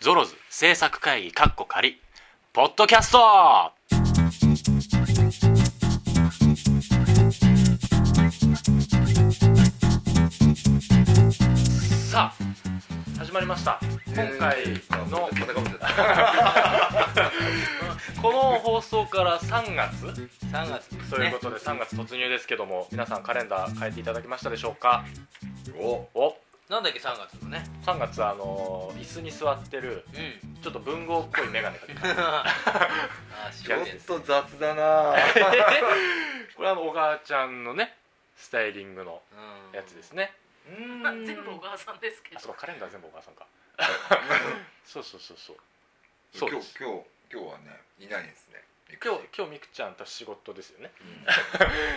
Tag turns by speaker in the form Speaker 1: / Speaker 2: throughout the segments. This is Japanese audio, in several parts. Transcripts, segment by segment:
Speaker 1: ゾロズ制作会議かっこ仮ポッドキャストさあ始まりました今回の
Speaker 2: またかぶっちゃった
Speaker 1: この放送から3月
Speaker 3: 3月ですね
Speaker 1: ということで3月突入ですけども皆さんカレンダー変えていただきましたでしょうか
Speaker 2: お
Speaker 1: お
Speaker 3: なんだっけ3月のね
Speaker 1: 3月あのー椅子に座ってる
Speaker 3: うん
Speaker 1: ちょっと文豪っぽい眼鏡かけてます
Speaker 3: あー
Speaker 2: ちょ
Speaker 3: 白
Speaker 2: っ
Speaker 3: いです
Speaker 2: と雑だな
Speaker 1: これはあの小川ちゃんのねスタイリングの
Speaker 3: うん
Speaker 1: やつですね
Speaker 3: うん
Speaker 4: まあ全部小川さんですけ
Speaker 1: あ
Speaker 4: ど
Speaker 1: そうかカレンダー全部お母さんかそうそうそうそう
Speaker 2: 今
Speaker 1: そう
Speaker 2: 日
Speaker 1: で
Speaker 2: 今日
Speaker 1: す
Speaker 2: 今日はねいないですね
Speaker 1: 今日今日みくちゃんと仕事ですよね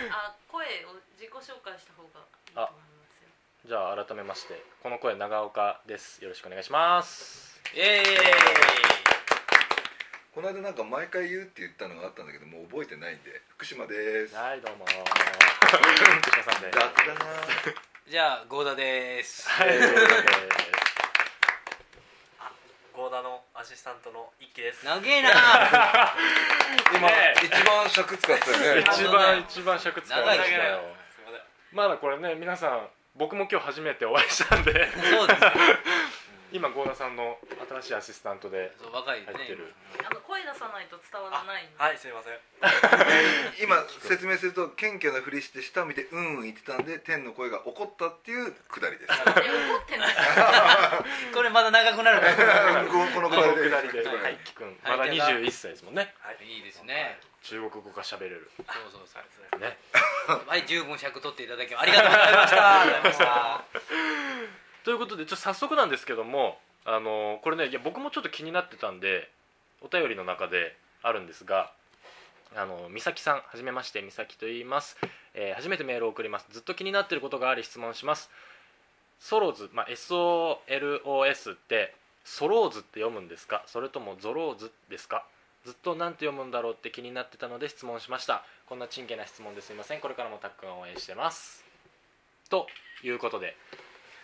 Speaker 4: あ声を自己紹介した方がいいと思いますよ
Speaker 1: じゃあ改めましてこの声長岡ですよろしくお願いします
Speaker 3: イエーイ
Speaker 2: この間なんか毎回言うって言ったのがあったんだけどもう覚えてないんで福島です
Speaker 1: はいどうも福島さんで
Speaker 2: 雑だな
Speaker 3: じゃあ合田です
Speaker 1: はい
Speaker 5: ゴーダのアシスタントの一輝です。
Speaker 3: 長えな
Speaker 2: 今
Speaker 1: ねえ
Speaker 2: 一番尺使ったよね
Speaker 1: 一番一番尺使いました
Speaker 3: 長い
Speaker 1: よ
Speaker 5: すみません。
Speaker 1: まだこれね皆さん僕も今日初めてお会いしたんで
Speaker 3: そうですね
Speaker 1: 今郷田さんの新しいアシスタントで
Speaker 3: そう若いよね
Speaker 1: 入ってる
Speaker 4: あの声出さないと伝わらないんで、
Speaker 5: はい、すみません。
Speaker 2: 今説明すると謙虚なふりして下見てうんうん言ってたんで天の声が怒ったっていうくだりです
Speaker 4: え怒ってない
Speaker 3: これまだ長くなるから
Speaker 2: この
Speaker 1: この
Speaker 2: くだ
Speaker 1: 下
Speaker 2: りで
Speaker 1: りで
Speaker 2: は
Speaker 1: 大
Speaker 2: い
Speaker 1: 輝くんまだ21歳ですもんね
Speaker 3: いいですね
Speaker 1: 中国語が喋れる
Speaker 3: そうそうそ
Speaker 1: ね
Speaker 3: うはい十分尺取っていただきありがとうございましたありがとうございました
Speaker 1: ということでちょっと早速なんですけどもあのこれねいや僕もちょっと気になってたんでお便りの中であるんですがあの美咲さんはじめまして美咲と言います、えー初めてメールを送りますずっと気になっていることがあり質問しますソローズ、まあ、SOLOS ってソローズって読むんですかそれともゾローズですかずっと何て読むんだろうって気になってたので質問しましたこんなチンケな質問ですいませんこれからもたっくんを応援してますということで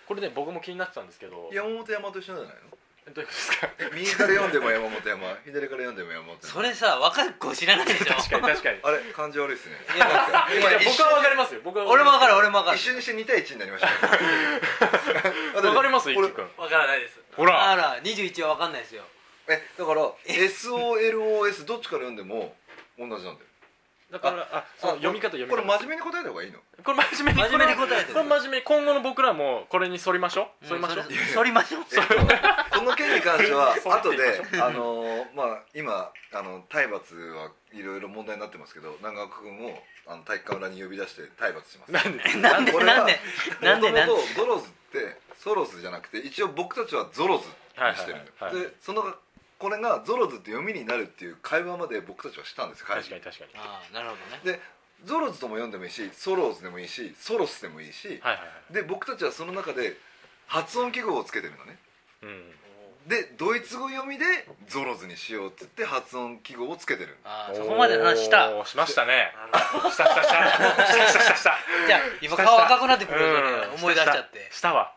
Speaker 1: これね僕も気になってたんですけど
Speaker 2: 山本山と一緒じゃないの
Speaker 1: どういうことですか
Speaker 2: 右から読んでも山本山左から読んでも山本
Speaker 3: そ
Speaker 2: 山
Speaker 3: れさ若い子知らないでし
Speaker 1: 確かに
Speaker 3: ょ
Speaker 1: 確かに
Speaker 2: あれ感じ悪いですね
Speaker 3: いや
Speaker 2: なんか
Speaker 1: いや
Speaker 2: 今一
Speaker 1: 僕は分かりますよ僕は
Speaker 3: 俺も分か
Speaker 1: る
Speaker 3: る俺も分か
Speaker 2: 瞬
Speaker 3: る
Speaker 2: 一瞬にして2対1になり ましたあ
Speaker 1: 分かります
Speaker 2: だ
Speaker 1: 一
Speaker 2: っ
Speaker 1: 輝
Speaker 2: て俺
Speaker 1: くん
Speaker 5: わからないです。
Speaker 1: ほ
Speaker 3: あら21は分かんないですよ
Speaker 2: えだから SOLOS どっちから読んでも同じなんだよ
Speaker 1: だからあそう
Speaker 2: あ
Speaker 1: 読み方読み
Speaker 2: これ
Speaker 1: 方
Speaker 2: 真面目に答えた方がいいの
Speaker 1: これ真面目に
Speaker 3: 真面目に答えて
Speaker 1: これ真面目に今後の僕らもこれに反りましょう反りましょう
Speaker 3: うん反りましょう
Speaker 2: えっとこの件に関しては
Speaker 1: そう
Speaker 2: 後であのーまあ今あの体罰はいろいろ問題になってますけど南学君をあの体育館裏に呼び出して体罰します
Speaker 1: なんで
Speaker 3: なんで
Speaker 2: 俺は
Speaker 3: なんでなんでなんで
Speaker 2: もともとゾロズってソロズじゃなくて一応僕たちはゾロズにしてるんだよ、
Speaker 1: はいはいはいはい
Speaker 2: でそのこれがゾロズって読みになるっていう会話まで僕たちはしたんですよ会議
Speaker 1: 確かに確かに
Speaker 3: ああなるほどね
Speaker 2: でゾロズとも読んでもいいしソロズでもいいしソロスでもいいし、
Speaker 1: はいはいはい
Speaker 2: で僕たちはその中で発音記号をつけてるのね
Speaker 1: うん
Speaker 2: でドイツ語読みでゾロズにしようって言って発音記号をつけてる
Speaker 3: ああそこまでの話した
Speaker 1: おーしましたね
Speaker 5: なるほど。
Speaker 1: したしたしたしたしたしたした
Speaker 3: じゃあ今顔赤くなってくるよね思い出しちゃって
Speaker 1: うんしたわ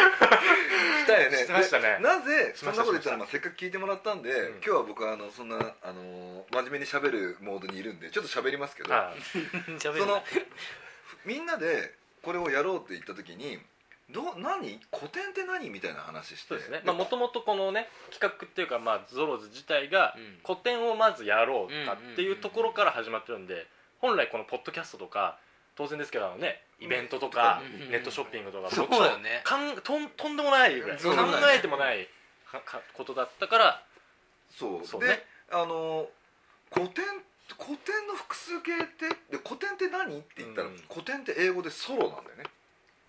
Speaker 2: したよね
Speaker 1: してましたね
Speaker 2: でなぜ
Speaker 1: し
Speaker 2: そん
Speaker 1: ま
Speaker 2: な
Speaker 1: した
Speaker 2: こと言ったらまあせっかく聞いてもらったんで、
Speaker 1: ん
Speaker 2: 今日は僕はあのそんなあのー真面目に喋るモードにいるんでちょっと喋りますけど、
Speaker 1: は
Speaker 3: 喋
Speaker 2: そ
Speaker 3: るな
Speaker 2: のみんなでこれをやろうって言った時にどう何古典って何みたいな話して
Speaker 1: そうですねまあもともとこのね企画っていうかまあゾロズ自体が
Speaker 3: うん
Speaker 1: 古典をまずやろうかっていうところから始まってるんで本来このポッドキャストとか当然ですけどあのねイベントとか
Speaker 3: うん
Speaker 1: ネットショッピングとか
Speaker 3: そう
Speaker 1: 僕ら
Speaker 3: だよね
Speaker 1: かんとんとんでもないぐらい考
Speaker 2: そうだね
Speaker 1: えてもないかかことだったから
Speaker 2: そう
Speaker 1: そう
Speaker 2: で、
Speaker 1: ね
Speaker 2: あの古典古典の複数形ってで古典って何って言ったら、
Speaker 1: うん
Speaker 2: 古典って英語でソロなんだよね、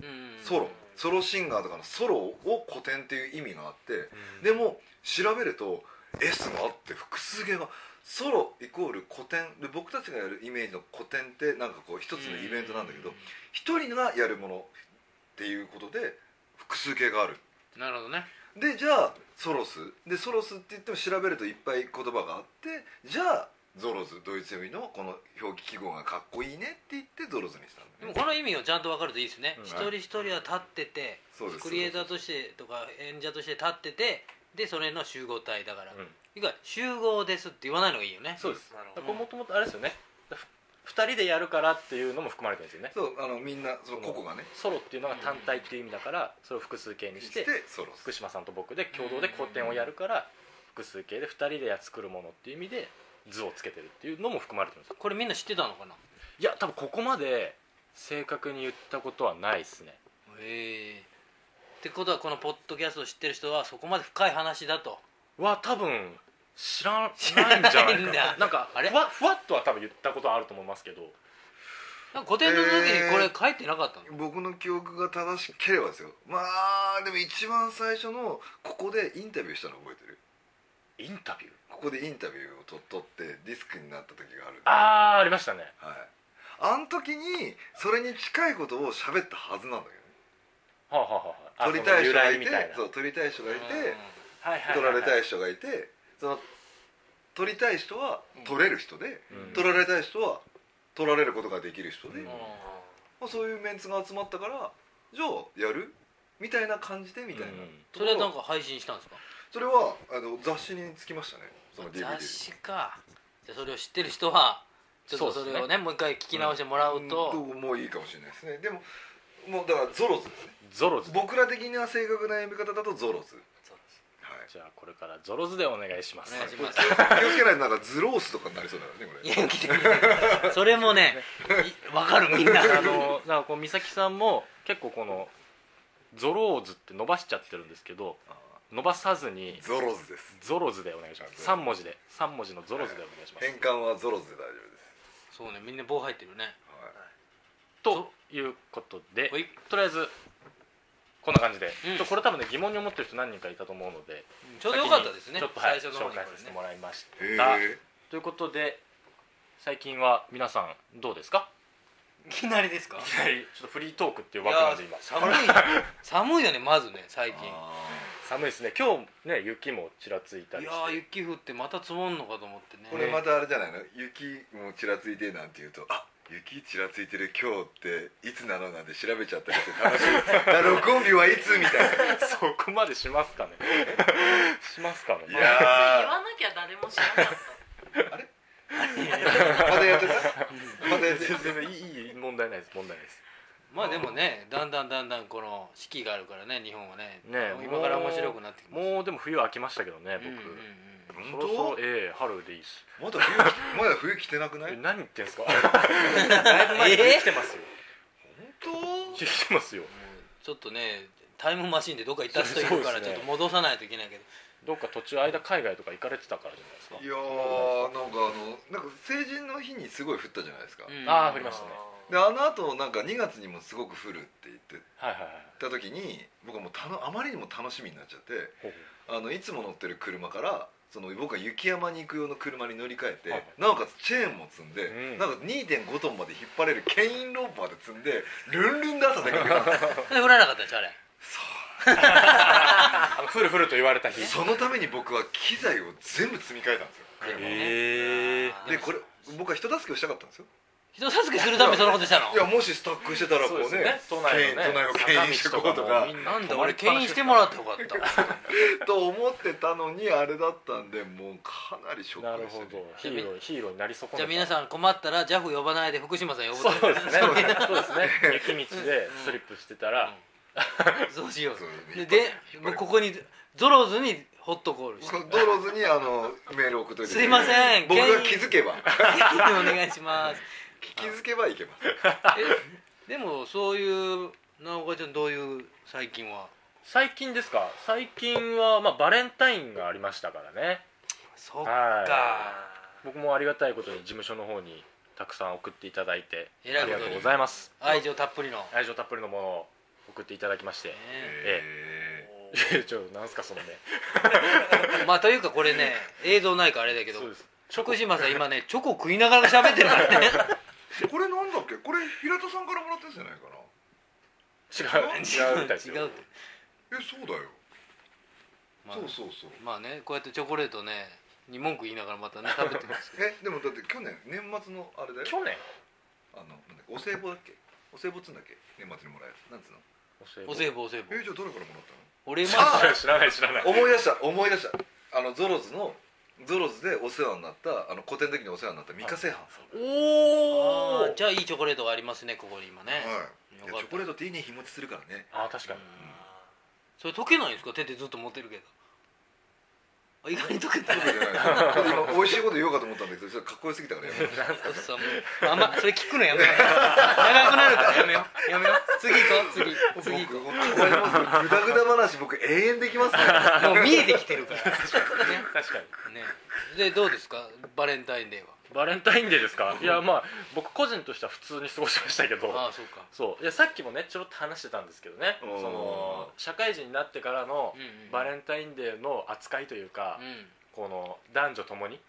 Speaker 3: うん
Speaker 2: ソロソロシンガーとかのソロを古典っていう意味があって、でも調べると S があって複数形がソロイコール古典で僕たちがやるイメージの古典ってなんかこう一つのイベントなんだけど一人がやるものっていうことで複数形がある
Speaker 3: なるほどね
Speaker 2: でじゃあソロスでソロスって言っても調べるといっぱい言葉があってじゃあゾロズドイツ読みのこの表記記号がかっこいいねって言ってゾロズにしたんだ
Speaker 3: で
Speaker 2: よ
Speaker 3: も
Speaker 2: ね
Speaker 3: この意味をちゃんと分かるといいですね
Speaker 1: うん
Speaker 3: 一人一人は立ってて
Speaker 2: そうです
Speaker 3: クリエイターとしてとか演者として立っててでそれの集合体だから、
Speaker 1: うん
Speaker 3: いいか集合ですって言わないのがいいよね
Speaker 1: そうです
Speaker 5: なるほど
Speaker 1: だからこれもともとあれですよね2人でやるからっていうのも含まれてるんですよね
Speaker 2: そうあのみんなその個々がね
Speaker 1: ソロっていうのが単体っていう意味だからそれを複数形にし
Speaker 2: して
Speaker 1: て
Speaker 2: ソロ
Speaker 1: 福島さんと僕で共同で個展をやるから複数形で2人で作るものっていう意味で図をつけてるっていうのも含まれてるんですよ
Speaker 3: これみんな知ってたのかない
Speaker 1: や多分ここまで正確に言ったことはないですね
Speaker 3: へえってことはこのポッドキャストを知ってる人はそこまで深い話だと
Speaker 1: は多分知らんないんじゃない
Speaker 3: 知らないん
Speaker 1: か
Speaker 3: だ
Speaker 1: ななんか
Speaker 3: あれ
Speaker 1: ふわふわっとは多分言ったことはあると思いますけど
Speaker 3: なんか古典の時にこれ書いてなかったの、
Speaker 2: 僕の記憶が正しければですよまあでも一番最初のここでインタビューしたの覚えてる
Speaker 1: インタビュー
Speaker 2: ここでインタビューをと撮ってディスクになった時がある
Speaker 1: ああーありましたね
Speaker 2: はいあの時にそれに近いことを喋ったはずなんだけ
Speaker 1: はあはあはああ
Speaker 2: どね撮りたい人
Speaker 1: その
Speaker 2: が
Speaker 1: 由来
Speaker 2: い
Speaker 1: み
Speaker 2: て
Speaker 1: たいな
Speaker 2: そう撮りたい人がいて
Speaker 1: はいはいはいはい
Speaker 2: 撮られたい人がいてその撮りたい人は撮れる人で、
Speaker 1: うん
Speaker 2: 撮られたい人は撮られることができる人で、
Speaker 1: うん
Speaker 2: ま
Speaker 3: う
Speaker 2: あ、そういうメンツが集まったからじゃあやるみたいな感じでみたいな、
Speaker 1: うん
Speaker 3: んそれはなんか配信したんですか
Speaker 2: それはあの雑誌につきましたねその DVD
Speaker 3: 雑誌かじゃあそれを知ってる人はちょっとそれをねもう一回聞き直してもらう
Speaker 2: う
Speaker 3: と、
Speaker 2: んもういいかもしれないですねでももうだからゾロズですね
Speaker 1: ゾロズ
Speaker 2: 僕ら的な正確な呼び方だとゾロズ
Speaker 5: そうです
Speaker 2: は
Speaker 1: じゃあこれからゾロズでお願いします
Speaker 3: お願いします
Speaker 2: い気をつけないとなんかズロースとかになりそうだからねこ
Speaker 3: い
Speaker 2: れ
Speaker 3: や聞いてくれ それもねいわかるみんな
Speaker 1: あのなんかこう美咲さんも結構このゾローズって伸ばしちゃってるんですけど
Speaker 2: あ
Speaker 1: 伸ばさずに
Speaker 2: ーゾロズです
Speaker 1: ゾロズでお願いしま
Speaker 2: あ
Speaker 1: す
Speaker 2: ゾロ
Speaker 1: 3文字で3文字のゾロズでお願いします、
Speaker 2: 変換はゾロズで大丈夫です
Speaker 3: そうねみんな棒入ってるね
Speaker 2: はい
Speaker 1: ということで
Speaker 3: ほい
Speaker 1: とりあえずこんな感じで、
Speaker 3: うん
Speaker 1: ちょこれ多分ね疑問に思ってる人何人かいたと思うので
Speaker 3: ちょうどよかったですね
Speaker 1: 先にちょっと、はい、
Speaker 3: 最初の
Speaker 1: 紹
Speaker 3: 方にこ
Speaker 1: 介させて
Speaker 3: れ
Speaker 1: も
Speaker 3: ね
Speaker 1: らいまし
Speaker 2: へ
Speaker 1: た
Speaker 2: え
Speaker 1: ということで最近は皆さんどうですか
Speaker 3: いきなりですか
Speaker 1: いきなりちょっとフリートークっていう
Speaker 3: い
Speaker 1: 枠なんで今
Speaker 3: 寒い寒いよねまずね最近
Speaker 1: 寒いですね今日ね雪もちらついた
Speaker 3: い
Speaker 1: り
Speaker 3: や
Speaker 1: して
Speaker 3: ー雪降ってまた積もんのかと思ってね
Speaker 2: これまたあれじゃないの雪もちらついてなんて言うとあ雪ちらついてる今日っていつなのなんて調べちゃったりして楽しいだから録音日はいつみたいな
Speaker 1: そこまでしますかね しますかね
Speaker 2: い
Speaker 4: 言
Speaker 2: や
Speaker 4: わなきゃ誰も知らなかった
Speaker 2: ーまたやってたまたやってた
Speaker 1: 全然いいいい問題ないです問題ないです
Speaker 3: まあでもねだんだんだんだんこの四季があるからね日本はね
Speaker 1: ねえ
Speaker 3: 今から面白くなってきます
Speaker 1: もうでも冬は明けましたけどね
Speaker 3: うんうんうん
Speaker 1: 僕、
Speaker 2: 本
Speaker 1: そろそろ
Speaker 2: 当
Speaker 1: ええ春でいいっす
Speaker 2: まだ冬着まだ冬着てなくない
Speaker 1: え
Speaker 2: 本
Speaker 1: 何言ってんすか だいぶ前に来てますよ
Speaker 2: 当
Speaker 1: 来てますよ
Speaker 3: ちょっとねタイムマシンでどっか行った人いるから
Speaker 1: そうです
Speaker 3: ちょ
Speaker 1: ね
Speaker 3: っと戻さないといけないけど
Speaker 1: どっか途中間海外とか行かれてたからじゃないですか
Speaker 2: いやーなんかあのなんか成人の日にすごい降ったじゃないですか、
Speaker 3: うん
Speaker 1: あー降りましたね
Speaker 2: であの後なんか2月にもすごく降るって言って
Speaker 1: はいはいはい
Speaker 2: た時に僕はもうたのあまりにも楽しみになっちゃって
Speaker 1: ほうほ
Speaker 2: あのいつも乗ってる車からその僕は雪山に行く用の車に乗り換えて、
Speaker 1: はい
Speaker 2: なおかつチェーンも積んで、
Speaker 1: うん
Speaker 2: なんか2.5トンまで引っ張れる牽引ロープまで積んでルンルンで朝出かけたんですよ
Speaker 3: で降らなかったでしょあれ
Speaker 1: うあの降る降ると言われた日
Speaker 2: そのために僕は機材を全部積み替えたんですよ
Speaker 3: でもね
Speaker 1: ええ
Speaker 3: あー
Speaker 2: でこれ僕は人助けをしたかったんですよ
Speaker 3: 人助けするためにそんなことしたの
Speaker 2: いやもしスタックしてたらこうね
Speaker 1: 都内のね
Speaker 2: 牽引都内を牽引してこうとか
Speaker 3: なんで俺牽引してもらってよかった
Speaker 2: と思ってたのにあれだったんでもうかなりショ
Speaker 1: な
Speaker 2: ック
Speaker 1: る
Speaker 2: でし
Speaker 1: ほ
Speaker 2: た、
Speaker 1: ど
Speaker 2: ね、
Speaker 1: ヒーローヒーローになり損ねた
Speaker 3: じゃあ皆さん困ったら JAF 呼ばないで福島さん呼ぶと
Speaker 1: そうですねそうですね雪道でスリップしてたら、
Speaker 3: そうしよ
Speaker 2: そう
Speaker 3: う
Speaker 2: ね
Speaker 3: ででもうここにゾロズにホットコー ルして
Speaker 2: ドローズにあのメール送っといて
Speaker 3: すいません
Speaker 2: 僕が
Speaker 3: 牽
Speaker 2: 気
Speaker 3: 引
Speaker 2: づけば
Speaker 3: お願いします
Speaker 2: 気づけばいけます
Speaker 3: えでもそういうなおかちゃんどういう最近は
Speaker 1: 最近ですか最近は、まあ、バレンタインがありましたからね
Speaker 3: そっ
Speaker 1: は
Speaker 3: か
Speaker 1: い僕もありがたいことに事務所の方にたくさん送っていただいて
Speaker 3: えらい
Speaker 1: あ
Speaker 3: こ
Speaker 1: りが
Speaker 3: とに
Speaker 1: とうございます
Speaker 3: 愛情たっぷりの、ね
Speaker 1: 愛情たっぷりのものを送っていただきまして
Speaker 2: え
Speaker 1: いやちょなんすかそのね
Speaker 3: まあというかこれね映像ないからあれだけど
Speaker 1: そうです
Speaker 3: 福島さん今ねチョコ食いながら喋ってるからね
Speaker 2: ーこれなんだっけこれ平田さんからもらったやつじゃないかな
Speaker 1: 違う違うみたいです
Speaker 3: 違
Speaker 1: よ
Speaker 3: うって
Speaker 2: えそうだよ、
Speaker 3: まあ
Speaker 2: そうそうそう
Speaker 3: まあねこうやってチョコレートねに文句言いながらまたね食べてますけ
Speaker 2: えでもだって去年年末のあれだよ
Speaker 1: 去年
Speaker 2: あのなんだっけお歳暮だっけお歳暮っつうんだっけ年末にもらえるなんつうの
Speaker 3: お歳暮お歳暮
Speaker 2: えじゃあ誰からもらったの
Speaker 3: 俺ま
Speaker 2: あ
Speaker 3: だ
Speaker 1: 知らない知らない
Speaker 2: 思い出した思い出したあのゾロズのゾロズでお世話になったあの古典的にお世話になった三笠藩さん
Speaker 3: あ
Speaker 1: お
Speaker 3: ーじゃあいいチョコレートがありますねここに今ね、
Speaker 2: はいいや
Speaker 3: よかった
Speaker 2: チョコレートっていいね日持ちするからね
Speaker 1: あ確かに
Speaker 5: あ
Speaker 3: それ溶けないんですか手でずっと持ってるけどあ意外に溶けてない
Speaker 2: じゃない今美味しいこと言おうかと思ったんだけどそれかっこよすぎたからやめた
Speaker 3: そうそうもうあんまそれ聞くのやめよう長くなるからやめようやめよう次行こう 次次行
Speaker 2: 僕
Speaker 3: こ
Speaker 2: 本当に困りますグダグダ話僕永遠できますね
Speaker 3: うもう見えてきてるから
Speaker 1: 確かに
Speaker 3: ねねでどうですかバレンタインデー
Speaker 1: バレンタインデーですかいやまあ僕個人としては普通に過ごしましたけど
Speaker 3: はああそうか
Speaker 1: そういやさっきもねちょろっと話してたんですけどねそ
Speaker 2: おー
Speaker 1: の社会人になってからの
Speaker 3: うんうん
Speaker 1: バレンタインデーの扱いというか、
Speaker 3: うんうん
Speaker 1: この男女ともに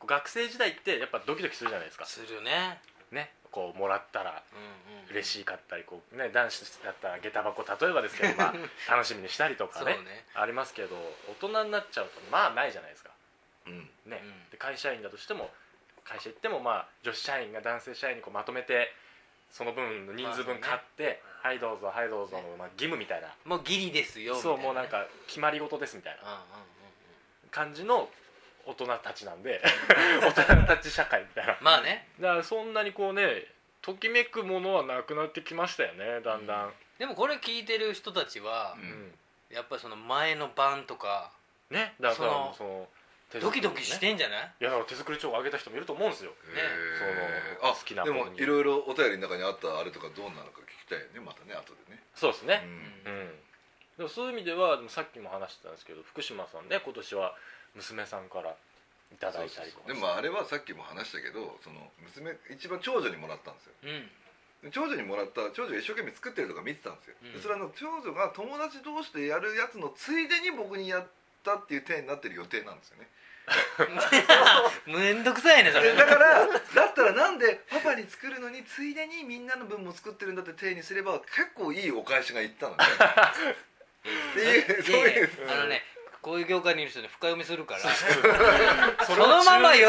Speaker 1: こう学生時代ってやっぱドキドキするじゃないですか
Speaker 3: するね
Speaker 1: ねこうもらったら
Speaker 3: うんうん
Speaker 1: 嬉しかったりこう、ね、男子だったら下駄箱例えばですけど、まあ、 楽しみにしたりとか
Speaker 3: そうね
Speaker 1: ねありますけど大人になっちゃうとまあないじゃないですか、
Speaker 2: うん
Speaker 1: ね
Speaker 3: うん
Speaker 1: で会社員だとしても会社行ってもまあ女子社員が男性社員にこうまとめてその分の人数分
Speaker 3: まあ
Speaker 1: 買って「
Speaker 5: うん
Speaker 1: はいどうぞはいどうぞ」の、まあ、義務みたいな
Speaker 3: もうギリですよ
Speaker 1: そうもうなん
Speaker 3: み
Speaker 1: か決まり事ですみたい
Speaker 3: たい
Speaker 1: な
Speaker 3: なうんうんうん
Speaker 1: 感じの大人たちなんで 大人たち社会みたいな
Speaker 3: うんまあね
Speaker 1: だからそんなにこうねときめくものはなくなってきましたよねだんだん、
Speaker 3: でもこれ聞いてる人たちは
Speaker 2: うん
Speaker 3: やっぱりその前の晩とか
Speaker 1: ねだから
Speaker 3: その
Speaker 1: その手
Speaker 3: ド
Speaker 1: 作
Speaker 3: キ
Speaker 1: り
Speaker 3: ドキし
Speaker 1: ね
Speaker 3: てんじゃない
Speaker 1: いやだから手作り帳をあげた人もいると思うんですよ
Speaker 2: へー
Speaker 1: その
Speaker 2: あ
Speaker 1: 好きな
Speaker 2: でも
Speaker 1: ことに
Speaker 2: いろいろお便りの中にあったあれとかどうなのか聞きたいよねまたね後でね
Speaker 1: そうですね
Speaker 2: うん
Speaker 1: うん、でもそういう意味ではでもさっきも話してたんですけど福島さんね今年は娘さんからいただいたりとか
Speaker 2: でもあれはさっきも話したけどその娘一番長女にもらったんですよ
Speaker 3: うん
Speaker 2: で長女にもらった長女が一生懸命作ってるとか見てたんですよ、
Speaker 3: うん
Speaker 2: でそれはあの長女が友達同士でやるやつのついでに僕にやったっていう体になってる予定なんですよ ね
Speaker 3: めんどくさいねそれ
Speaker 2: でだからだったらなんでパパに作るのについでにみんなの分も作ってるんだって体にすれば結構いいお返しがいったのねって いうそう
Speaker 3: いやい
Speaker 2: い
Speaker 3: や
Speaker 2: う
Speaker 3: あのねこういう業界にいる人ね深読みするから
Speaker 1: そ
Speaker 3: そ
Speaker 1: れを
Speaker 3: のまま喜ん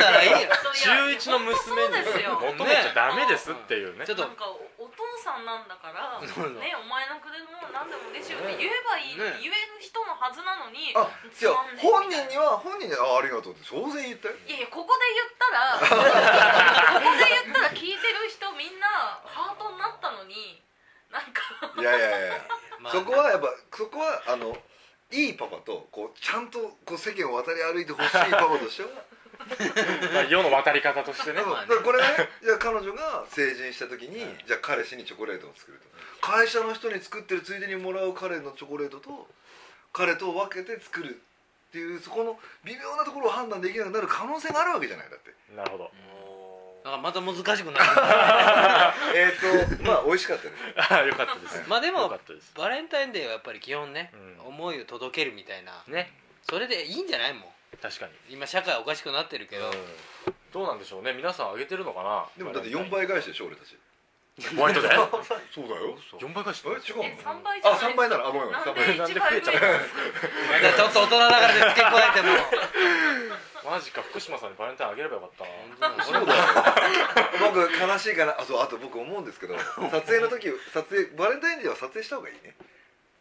Speaker 3: だらいいよ
Speaker 1: 中一の娘に
Speaker 4: 本当そうですよ
Speaker 1: 求めちゃダメですっていうね
Speaker 3: ちょっと
Speaker 4: なんかおお父さんなんだからね
Speaker 3: そうそう
Speaker 4: お前のくれるもの何でも嬉しいよって言えばいい、
Speaker 3: ね
Speaker 4: 言える人のはずなのに
Speaker 2: あじゃあ
Speaker 4: つまん
Speaker 2: 本
Speaker 4: ねえ
Speaker 2: 人
Speaker 4: み
Speaker 2: には本人に「あありがとう」って当然言ったよ
Speaker 4: たいないやいやここで言ったらここで言ったら聞いてる人みんなハートになったのになんか
Speaker 2: いやいやいや
Speaker 3: まあ
Speaker 2: そこはやっぱそこはあのいいパパとこうちゃんとこう世間を渡り歩いてほしいパパと しては
Speaker 1: まあ世の渡り方としてね
Speaker 2: うん
Speaker 3: まあ
Speaker 2: だからこれねじゃあ彼女が成人した時に、じゃあ彼氏にチョコレートを作ると会社の人に作ってるついでにもらう彼のチョコレートと彼と分けて作るっていうそこの微妙なところを判断できなくなる可能性があるわけじゃないだ って
Speaker 1: なるほど
Speaker 5: ーお
Speaker 3: だ
Speaker 5: ー
Speaker 3: からまた難しくなってくる
Speaker 2: えっ、とまあ美味しか ったです
Speaker 1: あーよかったです
Speaker 3: まあで
Speaker 1: よ
Speaker 3: も
Speaker 1: かったです
Speaker 3: バレンタインデーはやっぱり基本ね、
Speaker 1: うん
Speaker 3: 思いを届けるみたいな
Speaker 1: ね
Speaker 3: それでいいんじゃないも
Speaker 1: 確かに
Speaker 3: う今社会おかしくなってるけど、
Speaker 1: うんどうなんでしょうね皆さんあげてるのかな
Speaker 2: でもだって4倍返しでしょ俺たち
Speaker 1: ホワイト で
Speaker 2: そうだよ
Speaker 1: 4倍返し
Speaker 2: え違うの
Speaker 4: え三倍じゃ
Speaker 2: あ
Speaker 4: ない
Speaker 2: 3倍ならあごめんごめん
Speaker 4: な
Speaker 2: 3
Speaker 4: ん
Speaker 2: 倍
Speaker 4: で一倍増えたんですか
Speaker 3: またちょっと大人だからで付け加えても
Speaker 1: マジか福島さんにバレンタインあげればよかったな
Speaker 3: 本当だ
Speaker 2: そうだよ 僕悲しいからあそうあと僕思うんですけど撮影の時撮影バレンタインデーは撮影した方がいいね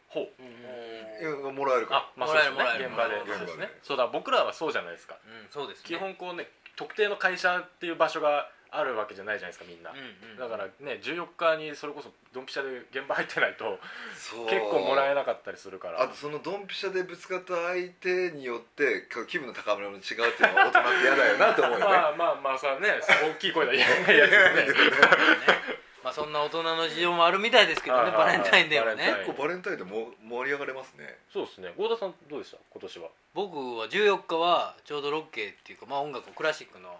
Speaker 1: ほう
Speaker 3: うんうん
Speaker 5: おー
Speaker 2: うんもらえるか
Speaker 1: あまあそうですね
Speaker 3: もらえる
Speaker 1: 現
Speaker 3: も
Speaker 1: 場
Speaker 3: ら
Speaker 1: で
Speaker 3: える
Speaker 1: そうですね
Speaker 2: 現場で
Speaker 1: そうだ僕らはそうじゃないですか
Speaker 3: うんそうですね
Speaker 1: 基本こうね特定の会社っていう場所があるわけじゃないじゃないですかみんな、
Speaker 3: うんうん
Speaker 1: だからね14日にそれこそドンピシャで現場入ってないと
Speaker 2: らそう
Speaker 1: 結構もらえなかったりするから
Speaker 2: あとそのドンピシャでぶつかった相手によってこう気分の高めの違うっていうのは大人って嫌だよなと思うよね
Speaker 1: まあまあまあさね大きい声で言えないやつ ですね
Speaker 3: まあそんな大人の事情もあるみたいですけどね
Speaker 1: ああ
Speaker 3: バレンタインデーは
Speaker 1: バレンタイン
Speaker 3: ね
Speaker 2: 結構バレンタインでも盛り上がれますね
Speaker 1: そうですね郷田さんどうでした今年は
Speaker 3: 僕は14日はちょうどロッケっていうかまあ音楽クラシックの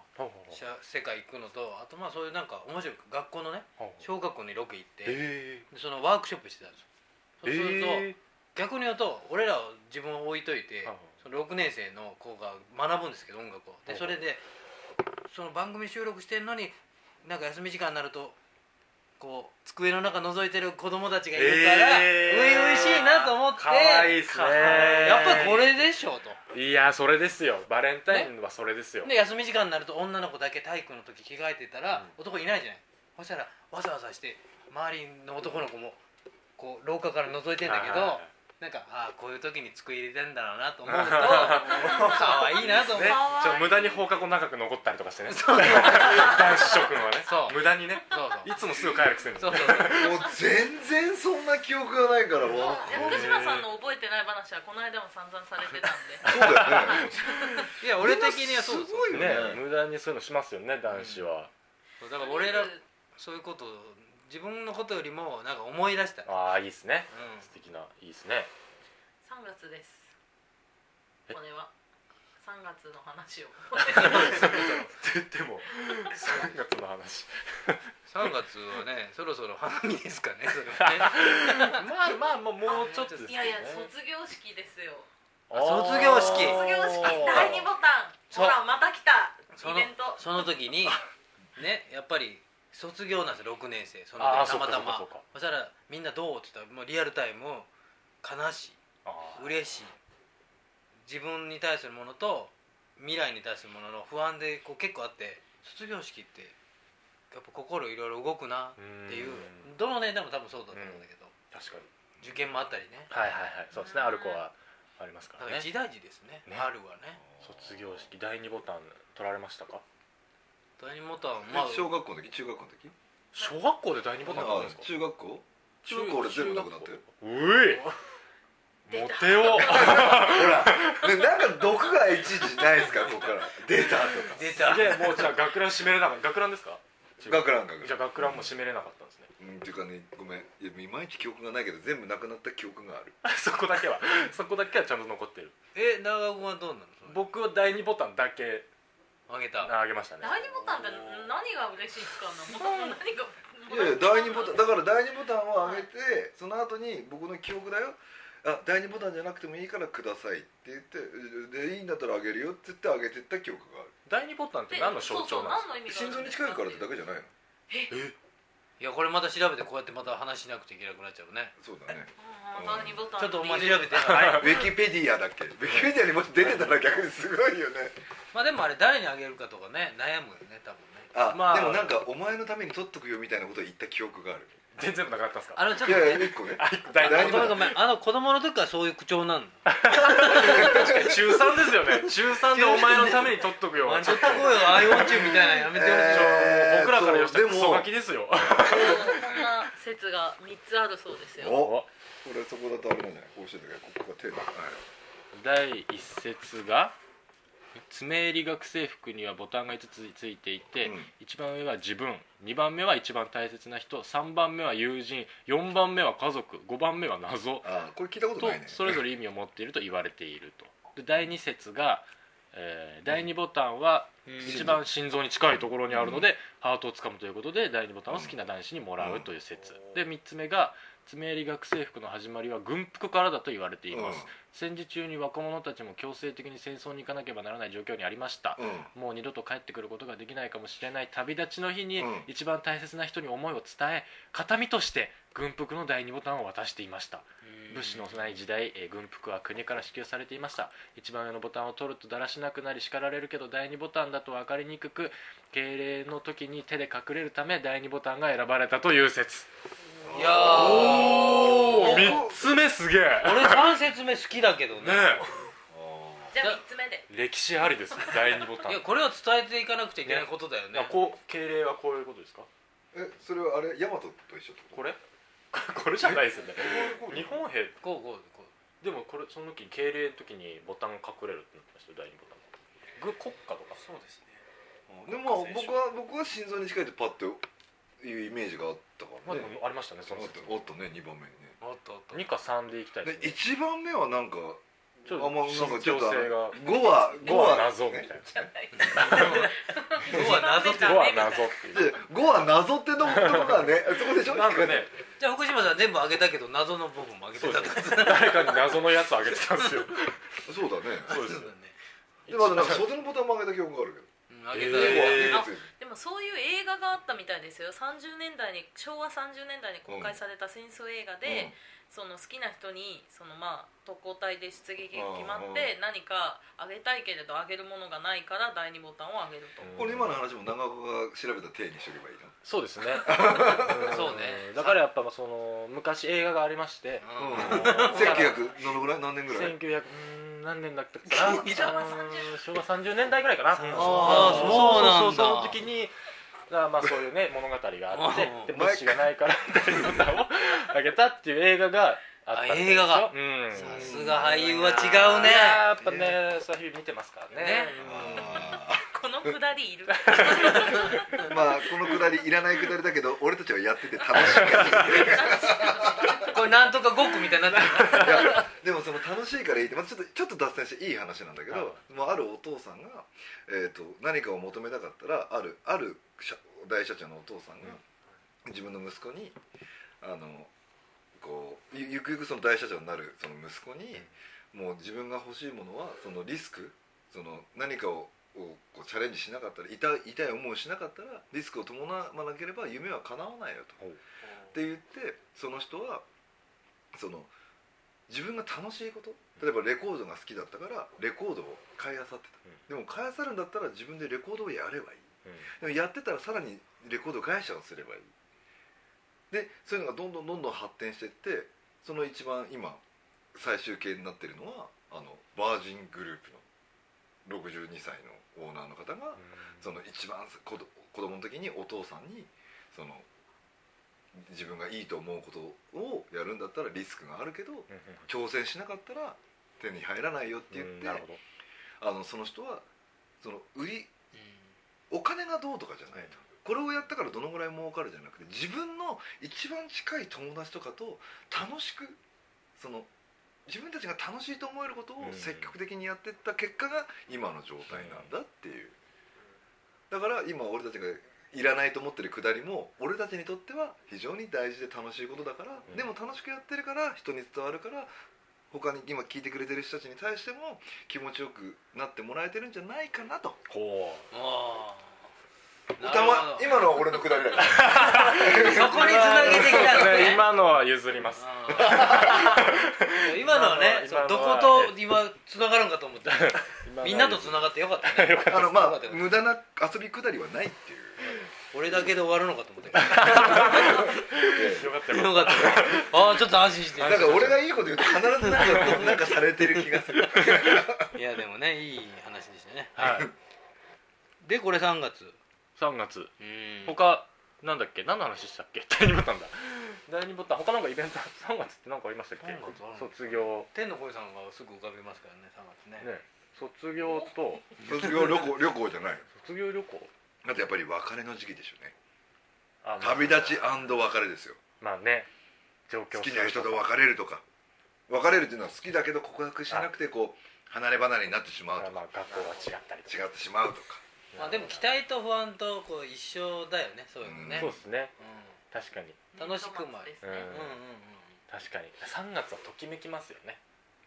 Speaker 3: 社世界行くのとあとまあそういうなんか面白い学校のね小学校にロケ行って
Speaker 1: え
Speaker 3: でそのワークショップしてたんですよ
Speaker 1: え
Speaker 3: そうすると、
Speaker 1: え
Speaker 3: 逆に言うと俺らを自分を置いといて
Speaker 1: はいはい
Speaker 3: その6年生の子が学ぶんですけど音楽を
Speaker 1: はいはい
Speaker 3: でそれでその番組収録してるのになんか休み時間になるとこう机の中覗いてる子供たちがいるから初々、
Speaker 1: えー
Speaker 3: しいなと思って
Speaker 1: かわいいっすね
Speaker 3: やっぱりこれでしょうと
Speaker 1: いやそれですよバレンタインはそれですよ、
Speaker 3: で休み時間になると女の子だけ体育の時着替えてたら、男いないじゃないそしたらわざわざして周りの男の子もこう廊下から覗いてんだけど、
Speaker 1: はいはいはい
Speaker 3: なんかああこういう時に机入れてんだろうなと思 うと可愛いなと思う、
Speaker 1: ね
Speaker 4: 可愛い
Speaker 1: ちょっと無駄に放課後長く残ったりとかしてね男子諸君はね
Speaker 3: そう
Speaker 1: 無駄にね
Speaker 3: そう
Speaker 1: いつもすぐ帰るくせに
Speaker 3: そうそうそうそ
Speaker 2: も
Speaker 3: う
Speaker 2: う全然そんな記憶がないからわかん
Speaker 4: 福島さんの覚えてない話はこの間も散々されてたんで
Speaker 2: そうだよ ね
Speaker 3: いや俺的にはそう
Speaker 2: す
Speaker 3: そう
Speaker 2: ごいよね
Speaker 1: ね無駄にそういうのしますよね男子は、
Speaker 3: そうだから俺らそういうことを自分のことよりもなんか思い出した、うん、
Speaker 1: ああいいですね素敵ないいですね
Speaker 4: 3月です
Speaker 1: え
Speaker 4: これは3月の話を
Speaker 1: ででも3月の話
Speaker 3: 3月はねそろそろ花見ですかねそれはね
Speaker 1: まあまあもうもうちょっとです
Speaker 4: い
Speaker 1: けど
Speaker 4: や
Speaker 1: ね
Speaker 4: いや卒業式ですよ
Speaker 1: あー
Speaker 3: 卒業式
Speaker 4: 卒業式
Speaker 1: おー
Speaker 4: 第2ボタン
Speaker 3: そう
Speaker 4: ほらまた来た
Speaker 3: そ
Speaker 4: イ
Speaker 3: の
Speaker 4: ベント
Speaker 3: その 時にねやっぱり卒業なんですよ6年生その
Speaker 1: あー
Speaker 3: 時たまた
Speaker 1: そ
Speaker 3: ま
Speaker 1: うかそうかそうか
Speaker 3: そしたらみんなどうって言ったらもうリアルタイム悲しい
Speaker 1: あー
Speaker 3: 嬉しい自分に対するものと未来に対するものの不安でこう結構あって卒業式ってやっぱ心いろいろ動くなっていう
Speaker 1: うん
Speaker 3: どの年代も多分そうだと思うんだけど、
Speaker 1: 確かに
Speaker 3: 受験もあったりね
Speaker 1: はいはいはいそうですねある子はありますか
Speaker 3: だからら
Speaker 1: ね
Speaker 3: 一大事ですね
Speaker 1: ね
Speaker 3: 春はね
Speaker 1: 卒業式第2ボタン取られましたか
Speaker 3: 第二ボタンはまあ
Speaker 2: え小学校の時中学校の時
Speaker 1: 小学校で第2ボタン取るんですか
Speaker 2: 中学校中学校俺全部なくなってる
Speaker 1: うえモテを
Speaker 2: ほら、ね、なんか毒がいちいちないですかここから出たとか
Speaker 3: 出た
Speaker 1: でもうじゃあ学ラン閉めれなかった学ランですか
Speaker 2: 学ラン学ラン
Speaker 1: じゃあ学ランも閉めれなかったんですね
Speaker 2: うんっていうかねごめんいやいまいち記憶がないけど全部なくなった記憶がある
Speaker 1: そこだけはそこだけはちゃんと残ってる
Speaker 3: え長尾君はどうなのそれ
Speaker 1: 僕は第2ボタンだけ
Speaker 3: あげた
Speaker 1: あげましたね
Speaker 4: 第2ボタンって何が嬉しいんですかね何が
Speaker 2: いやいや第2ボタンだから第2ボタンを上げてその後に僕の記憶だよあ第2ボタンじゃなくてもいいからくださいって言ってでいいんだったらあげるよって言ってあげてった記憶がある
Speaker 1: 第2ボタンって何の象徴なんですか
Speaker 4: です
Speaker 2: 心臓に近いからってだけじゃないの
Speaker 3: いやこれまた調べてこうやってまた話しなくていけなくなっちゃうね
Speaker 2: そうだ ね
Speaker 4: 第2ボタン
Speaker 3: ちょっとお前
Speaker 4: 理
Speaker 3: 調
Speaker 4: 由
Speaker 3: べてはい
Speaker 2: ウィキペディアだっけウィキペディアにもし出てたら逆にすごいよね
Speaker 3: まあでもあれ誰にあげるかとかね悩むよね多分ね
Speaker 2: あ、
Speaker 1: まあ
Speaker 2: でもなんかお前のために取っとくよみたいなことを言った記憶がある
Speaker 1: 全然なかったんですか
Speaker 3: あのちょっ
Speaker 2: い
Speaker 3: と
Speaker 2: やいや
Speaker 3: ね
Speaker 2: 1個ね
Speaker 1: 第
Speaker 3: ご
Speaker 2: や
Speaker 1: 2
Speaker 3: めん
Speaker 1: ボタン
Speaker 3: ごめんあの子供の時からそういう口調なの
Speaker 1: 確かに中3ですよね中3でお前のために取っとくよ
Speaker 3: まあ
Speaker 1: ち
Speaker 3: ち
Speaker 1: ょ
Speaker 3: ょ
Speaker 1: っ
Speaker 3: っ
Speaker 1: と
Speaker 3: とこうよ IONTU みたいなのやめてほしい、
Speaker 2: えー
Speaker 1: 僕らからよしたら
Speaker 2: で
Speaker 1: ク
Speaker 2: も
Speaker 1: ソガキですよ
Speaker 4: こんな説が3つあるそうですよ
Speaker 2: おこれそこだとあれなんじゃないこうしてたけどここが手だはい
Speaker 1: 第一節が爪襟学生服にはボタンが5つついていて、
Speaker 2: うん
Speaker 1: 一番上は自分2番目は一番大切な人3番目は友人4番目は家族5番目は謎
Speaker 2: あこれ聞いたこと
Speaker 1: と
Speaker 2: ないね
Speaker 1: それぞれ意味を持っていると言われているとで第2節が、えー第2ボタンは一番心臓に近いところにあるので、ハートをつかむということで第2ボタンを好きな男子にもらうという説、
Speaker 5: うん
Speaker 1: で3つ目が爪襟学生服の始まりは軍服からだと言われています、
Speaker 2: うん
Speaker 1: 戦時中に若者たちも強制的に戦争に行かなければならない状況にありました、
Speaker 2: うん
Speaker 1: もう二度と帰ってくることができないかもしれない旅立ちの日に
Speaker 2: うん
Speaker 1: 一番大切な人に思いを伝え形見として軍服の第二ボタンを渡していました物資のない時代、えー軍服は国から支給されていました一番上のボタンを取るとだらしなくなり叱られるけど第2ボタンだと分かりにくく敬礼の時に手で隠れるため第2ボタンが選ばれたという説
Speaker 3: いやー
Speaker 1: お3つ目すげえ
Speaker 3: 俺3説目好きだけどね
Speaker 1: ね
Speaker 4: じゃあ3つ目で
Speaker 1: え歴史ありですよ第2ボタンい
Speaker 3: いやこれは伝えていかなくちゃいけないことだよね
Speaker 1: やこう敬礼はこういうことですか
Speaker 2: えそれはあれヤマトと一緒って
Speaker 1: こ
Speaker 2: こと
Speaker 1: れ これじゃないですよね日本兵
Speaker 3: こうこうこ
Speaker 1: でもこれその時に敬礼の時にボタンが隠れるってなってましたよ第2ボタンがぐ国家とか
Speaker 5: そうですね
Speaker 2: でもまあ僕は僕は心臓に近いってパッというイメージがあったか
Speaker 1: ま
Speaker 2: ら
Speaker 1: あ
Speaker 2: ね
Speaker 1: で、もありましたねそ
Speaker 2: あ
Speaker 1: の説
Speaker 2: とあとね2番目に
Speaker 3: うおっとおっと
Speaker 1: 2か3でいきたい
Speaker 2: ね
Speaker 1: で
Speaker 2: です
Speaker 1: ね
Speaker 2: 1番目はなんか
Speaker 1: ちょっ
Speaker 2: あんま
Speaker 1: と
Speaker 2: なん
Speaker 1: 信
Speaker 2: かち
Speaker 1: 憑
Speaker 2: ょっと
Speaker 1: 性が
Speaker 2: 5は
Speaker 1: 5は謎
Speaker 2: 謎
Speaker 1: みたいな
Speaker 4: じゃない
Speaker 3: 今日は謎って
Speaker 4: じゃあ
Speaker 1: 5は謎っていう
Speaker 2: で5は謎ってとことがね そこでしょ
Speaker 1: なんかね
Speaker 3: じゃあ福島さん全部あげたけど謎の部分もあげて
Speaker 1: そう
Speaker 3: た
Speaker 1: です誰かに謎のやつあげてたんですよ
Speaker 2: そうだね
Speaker 1: そうです
Speaker 3: そうだね
Speaker 2: でもあとなんか袖のボタンも上げた記憶がある
Speaker 3: うんあげた
Speaker 2: けど、
Speaker 1: えー
Speaker 2: 五は
Speaker 4: でもそういう映画があったみたいですよ30年代に昭和30年代に公開された戦争映画で、その好きな人にそのまあ特攻隊で出撃が決まって何かあげたいけれどあげるものがないから第二ボタンをあげると、
Speaker 1: うん
Speaker 2: これ今の話も長岡が調べた体にしとけばいいな
Speaker 1: そうですねん
Speaker 3: そうね
Speaker 1: だからやっぱその昔映画がありまして
Speaker 3: うん
Speaker 2: うん
Speaker 1: あの
Speaker 2: 1900どのぐらい何年ぐらい
Speaker 1: 1900うーん何年だったかな
Speaker 3: 聞いた
Speaker 1: うーん昭和30年代ぐらいかな
Speaker 5: あー
Speaker 1: そ
Speaker 3: そうなんだ
Speaker 1: うそうその時にだからまあそういう ね物語があって
Speaker 3: うん
Speaker 1: で物資がないからみたいな歌をあげたっていう映画があったみたいですよ
Speaker 3: あ映画が
Speaker 1: うん
Speaker 3: さすが俳優は違う
Speaker 1: い
Speaker 3: ね
Speaker 1: やーやっぱね朝日見てますからね
Speaker 3: ね
Speaker 2: あ
Speaker 4: このくだりいる
Speaker 2: ーまあこのくだりいらないくだりだけど俺たちはやってて楽しいから
Speaker 3: これなんとかごっこみたいになってる
Speaker 2: いやでもその楽しいからいいって、まあ、ちょっとちょっと脱線していい話なんだけど、
Speaker 1: はい
Speaker 2: まあ、あるお父さんが、えー、と何かを求めたかったらあるある社大社長のお父さんが自分の息子にあのこうゆゆくゆくその大社長になるその息子に、もう自分が欲しいものはそのリスクその何かををこうチャレンジしなかったら痛い痛い思いをしなかったらリスクを伴わなければ夢は叶わないよと。って言ってその人はその自分が楽しいこと例えばレコードが好きだったからレコードを買い漁ってた、でも買い漁るんだったら自分でレコードをやればい
Speaker 1: うん
Speaker 2: いでもやってたらさらにレコード会社をすればいいでそういうのがどんどんどんどん発展していってその一番今最終形になってるのはあのバージングループの62歳のオーナーの方がその一番子ど子供の時にお父さんにその自分がいいと思うことをやるんだったらリスクがあるけど
Speaker 1: うんうん
Speaker 2: 挑戦しなかったら手に入らないよって言っ
Speaker 1: うん
Speaker 2: て、
Speaker 1: なるほど
Speaker 2: あのその人はその売りお金がどうとかじゃないとこれをやったからどのぐらい儲かるじゃなくて自分の一番近い友達とかと楽しくその自分たちが楽しいと思えることを積極的にやっていった結果が今の状態なんだっていうだから今俺たちがいらないと思ってるくだりも俺たちにとっては非常に大事で楽しいことだから
Speaker 1: うん
Speaker 2: でも楽しくやってるから人に伝わるから他に今聞いてくれてる人たちに対しても気持ちよくなってもらえてるんじゃないかなと
Speaker 1: ほ
Speaker 3: ああ
Speaker 2: 歌は今のは俺のくだりだから
Speaker 3: そこにつなげてきたの
Speaker 1: うね
Speaker 3: ね
Speaker 1: 今のは譲ります
Speaker 3: うん今のはね
Speaker 1: 今のは
Speaker 3: ど
Speaker 1: 今
Speaker 3: こ
Speaker 1: のは
Speaker 3: と今つながるんかと思ってみんなとつなが ってよかったね
Speaker 2: あのまあ
Speaker 3: よかった
Speaker 2: 無駄な遊びくだりはないっていう
Speaker 3: 俺だけで終わるのかと思ったけ
Speaker 1: よかった
Speaker 3: ど
Speaker 1: よ
Speaker 3: よかったああちょっと安心して
Speaker 2: なんか俺がいいこと言うと必ずなんかなんかされてる気がする
Speaker 3: いやでもねいい話でしたね
Speaker 1: はい
Speaker 3: でこれ3月
Speaker 1: 3月
Speaker 3: うん
Speaker 1: 他なんだっけ何の話したっけ 第2ボタンだ第2ボタン他なんかイベント3月って何かありましたっけ
Speaker 3: 三月あるの
Speaker 1: 卒業
Speaker 3: 天の声さんがすぐ浮かびますからね3月ね
Speaker 1: ね卒業と
Speaker 2: 卒業旅行旅行じゃない
Speaker 1: 卒業旅行
Speaker 2: だってやっぱり別れの時期でしょうね
Speaker 1: あまあ
Speaker 2: 旅立ち別れですよ
Speaker 1: まあね状況
Speaker 2: 好きな人と別れるとか別れるっていうのは好きだけど告白しなくてこう離れ離れになってしまうとか
Speaker 1: まあ学校が違ったりとか
Speaker 2: 違ってしまうとか
Speaker 3: まあでも期待と不安とこう一緒だよねそういうのね
Speaker 1: そうですね
Speaker 3: う
Speaker 1: 確かに
Speaker 3: 楽しくもあ
Speaker 4: 年
Speaker 3: る
Speaker 4: 度末ですね
Speaker 1: うん
Speaker 3: んうんうんうん
Speaker 1: 確かに3月はときめきますよね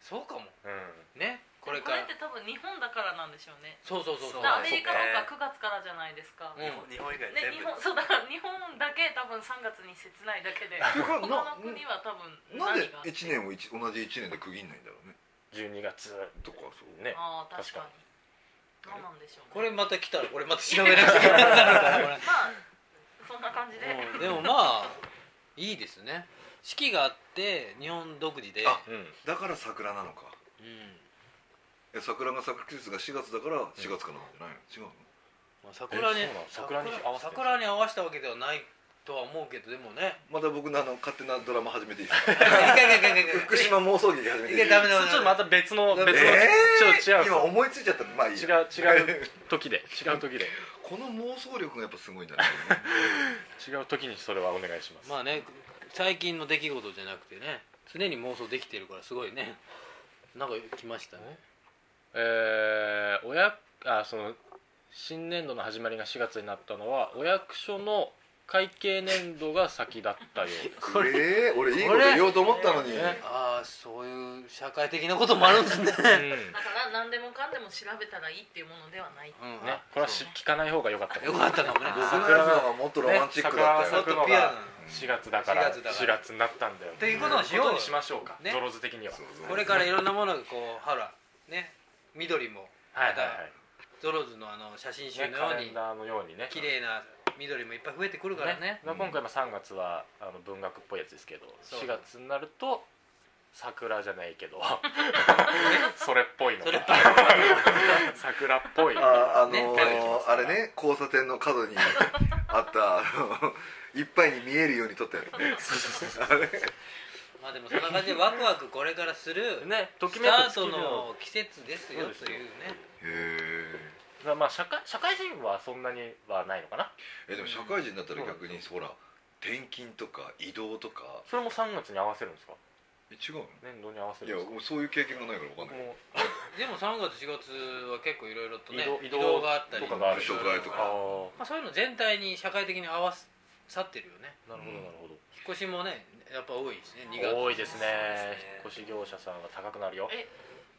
Speaker 3: そうかも
Speaker 1: う
Speaker 3: ねこ
Speaker 4: これ
Speaker 3: れから
Speaker 4: って多分日本だからなんでしょうね
Speaker 3: そうそうそ
Speaker 5: そ
Speaker 3: うそうう
Speaker 4: だからアメ
Speaker 5: ね
Speaker 4: リカとか9月からじゃないですか、
Speaker 3: うん
Speaker 5: 日本日本以外
Speaker 4: ね、
Speaker 5: 全
Speaker 4: 日
Speaker 5: 部
Speaker 4: 本 そうだから日本だけ多分3月に切ない だけで
Speaker 2: ていうか
Speaker 4: 他の
Speaker 2: な
Speaker 4: 国は多分
Speaker 2: なん
Speaker 4: 何
Speaker 2: で
Speaker 4: が
Speaker 2: 1年を一同じ1年で区切んないんだろうね
Speaker 1: ん12月
Speaker 2: とかそう
Speaker 1: ね
Speaker 4: ああ確か
Speaker 1: 確か
Speaker 4: に何なんでしょう、ね、
Speaker 3: これまた来たらこれまた調べなくちゃいけなくなるからこ れ
Speaker 4: まあそんな感じで、
Speaker 3: うんでもまあいいですね四季があって日本独自で
Speaker 2: あ
Speaker 1: うん
Speaker 2: だから桜なのか
Speaker 3: うん
Speaker 2: え桜が咲く季節が4月だから4月からなんじゃないの違うの
Speaker 3: まあ桜に
Speaker 1: えそうなの桜に合わせて
Speaker 3: 桜に合わせたわけではないとは思うけどでもね
Speaker 2: また僕のあの勝手なドラマ始めていいです か
Speaker 3: いやいやいやいやいや
Speaker 2: 福島妄想劇始めていい
Speaker 3: い
Speaker 2: で
Speaker 3: や
Speaker 2: すか
Speaker 3: ダメ
Speaker 1: ち
Speaker 3: ダメダメ
Speaker 1: ょっとまた別の別の
Speaker 2: え
Speaker 1: ちょっと
Speaker 2: ー、
Speaker 1: 違
Speaker 2: 今
Speaker 1: う
Speaker 2: 思いついちゃったのまあいい
Speaker 1: 違
Speaker 2: や
Speaker 1: う違う時で違う時で
Speaker 2: この妄想力がやっぱすごいんだね
Speaker 1: 違う時にそれはお願いします
Speaker 3: まあね最近の出来事じゃなくてね常に妄想できてるからすごいねなんか来ましたね
Speaker 1: えーおやあその新年度の始まりが4月になったのはお役所の会計年度が先だったようです
Speaker 2: えー、俺いいこと言おうと思ったのに、
Speaker 1: ね
Speaker 3: ああそういう社会的なこともあるんです
Speaker 1: うん
Speaker 3: ね
Speaker 4: だから何でもかんでも調べたらいいっていうものではな
Speaker 3: う
Speaker 4: い、
Speaker 3: ん
Speaker 1: ねこれはし聞かない方が良かった
Speaker 3: よかったかもね
Speaker 2: 僕のやつの方がもっとロマンチックだった
Speaker 1: ね
Speaker 2: よ、
Speaker 3: ちょっとピュアな
Speaker 1: 4月だから
Speaker 3: 4月だから
Speaker 1: 4月になったんだよ
Speaker 3: っていうことをしよう
Speaker 1: ことにしましょうか
Speaker 3: ね
Speaker 1: ゾロズ的には
Speaker 2: そうそう
Speaker 3: これからいろんなものがこうほらね緑も
Speaker 1: はいはいはい
Speaker 3: ゾロズのあの写真集
Speaker 1: ね
Speaker 3: のよ
Speaker 1: カ
Speaker 3: う
Speaker 1: レン
Speaker 3: に
Speaker 1: ダーのようにね
Speaker 3: 綺麗な緑もいっぱい増えてくるからね
Speaker 1: まあ今回も3月はあの文学っぽいやつですけど
Speaker 3: そう
Speaker 1: 4月になると桜じゃないけどそれっぽいの
Speaker 3: それっ
Speaker 1: が 桜っぽい
Speaker 2: ああの
Speaker 3: ね
Speaker 2: ー
Speaker 3: 書いてきます
Speaker 2: あれね交差点の角にあったあのいっぱいに見えるように撮ったやつねあれ
Speaker 3: まあでもそんな感じでワクワクこれからする
Speaker 1: ねとき
Speaker 3: ス
Speaker 1: めく
Speaker 3: ター
Speaker 1: 月
Speaker 3: ト
Speaker 1: の
Speaker 3: の季節ですよというね
Speaker 2: へ
Speaker 1: まあ社会社会人はそんなにはないのかな
Speaker 2: ええでも社会人になったら逆にほら転勤とか移動とか
Speaker 1: それも3月に合わせるんですか
Speaker 2: え違うの
Speaker 1: 年度に合わせ
Speaker 2: い
Speaker 1: る
Speaker 2: や
Speaker 1: んですか
Speaker 2: もうそういう経験がないから分かんない
Speaker 1: もう
Speaker 3: でも3月4月は結構いろいろとね
Speaker 1: 移
Speaker 3: 移
Speaker 1: 動
Speaker 3: 動があったり
Speaker 1: とかがある
Speaker 2: 部署替えと
Speaker 1: あ
Speaker 2: か
Speaker 1: あ
Speaker 3: まあ、そういうの全体に社会的に合わさってるよね
Speaker 1: なるほどなるほど
Speaker 3: 引っ越しもねやっぱ多いしね2月
Speaker 1: 多いですね
Speaker 5: そうですね
Speaker 1: 引っ越し業者さんは高くなるよ
Speaker 4: え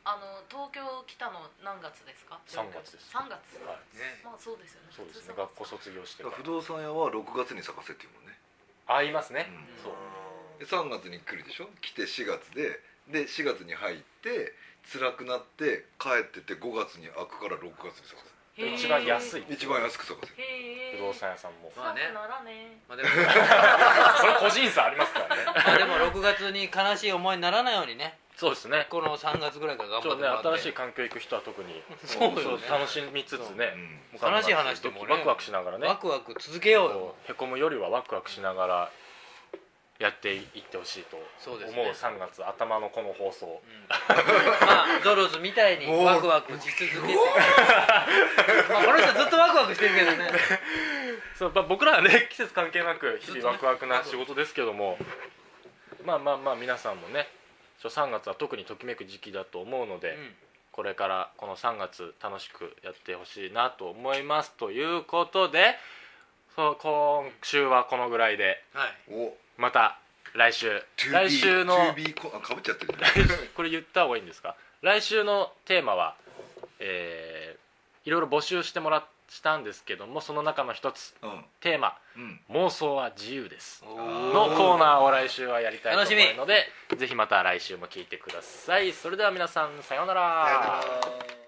Speaker 4: あの東京来たの何月ですか
Speaker 1: 3月です
Speaker 4: 3月
Speaker 1: はい
Speaker 3: ね
Speaker 4: まあそうですよね
Speaker 1: そうですね
Speaker 4: 普通
Speaker 1: 学校卒業して
Speaker 2: だ
Speaker 1: か
Speaker 2: からら不動産屋は6月に咲かせっていうもんね、
Speaker 1: 合いますね
Speaker 2: うん
Speaker 1: そう
Speaker 2: で3月に来るでしょ来て4月でで4月に入って辛くなって帰ってって5月に開くから6月に咲か
Speaker 4: へー
Speaker 1: 一番安い
Speaker 2: せる一番安く咲かせる
Speaker 4: へえ
Speaker 1: 不動産屋さんも
Speaker 4: まあねならね
Speaker 3: まあでも
Speaker 1: それ個人差ありますからね
Speaker 3: まあでも6月に悲しい思いにならないようにね
Speaker 1: そうですね
Speaker 3: この3月ぐらいから頑
Speaker 1: そ
Speaker 3: 張
Speaker 1: う
Speaker 3: って
Speaker 1: ね
Speaker 3: もらって
Speaker 1: 新しい環境行く人は特に
Speaker 3: そうよね
Speaker 1: そう楽しみつつね
Speaker 2: うん
Speaker 1: もう
Speaker 3: 悲しい話でもね
Speaker 1: ワクワクしながらね
Speaker 3: ワクワク続けようよ
Speaker 1: こうへこむよりはワクワクしながらやっていってほしいと
Speaker 3: そ
Speaker 1: 思
Speaker 3: う
Speaker 1: う
Speaker 3: ですね
Speaker 1: 3月頭のこの放送
Speaker 3: うんまあドローズみたいに
Speaker 2: もう
Speaker 3: ワクワクし続けてまあこの人ずっとワクワクしてるけどね
Speaker 1: そう、まあ、僕らはね季 節関係なく日々ワクワクな仕事ですけどもまあまあまあ皆さんもねちょ3月は特にときめく時期だと思うので、これからこの3月楽しくやってほしいなと思いますということでそう今週はこのぐらいで
Speaker 3: うんはい
Speaker 2: お
Speaker 1: また来週
Speaker 2: 2B
Speaker 1: 来週の
Speaker 2: 2B こあかぶっちゃってるね
Speaker 1: これ言った方がいいんですか来週のテーマはえーいろいろ募集してもらしたんですけどもその中の一つテーマ
Speaker 2: うんうん
Speaker 1: 「妄想は自由です」
Speaker 2: ー
Speaker 1: のコーナーを来週はやりたいと思うのでぜひまた来週も聞いてくださいそれでは皆さんさようなら
Speaker 2: さよなら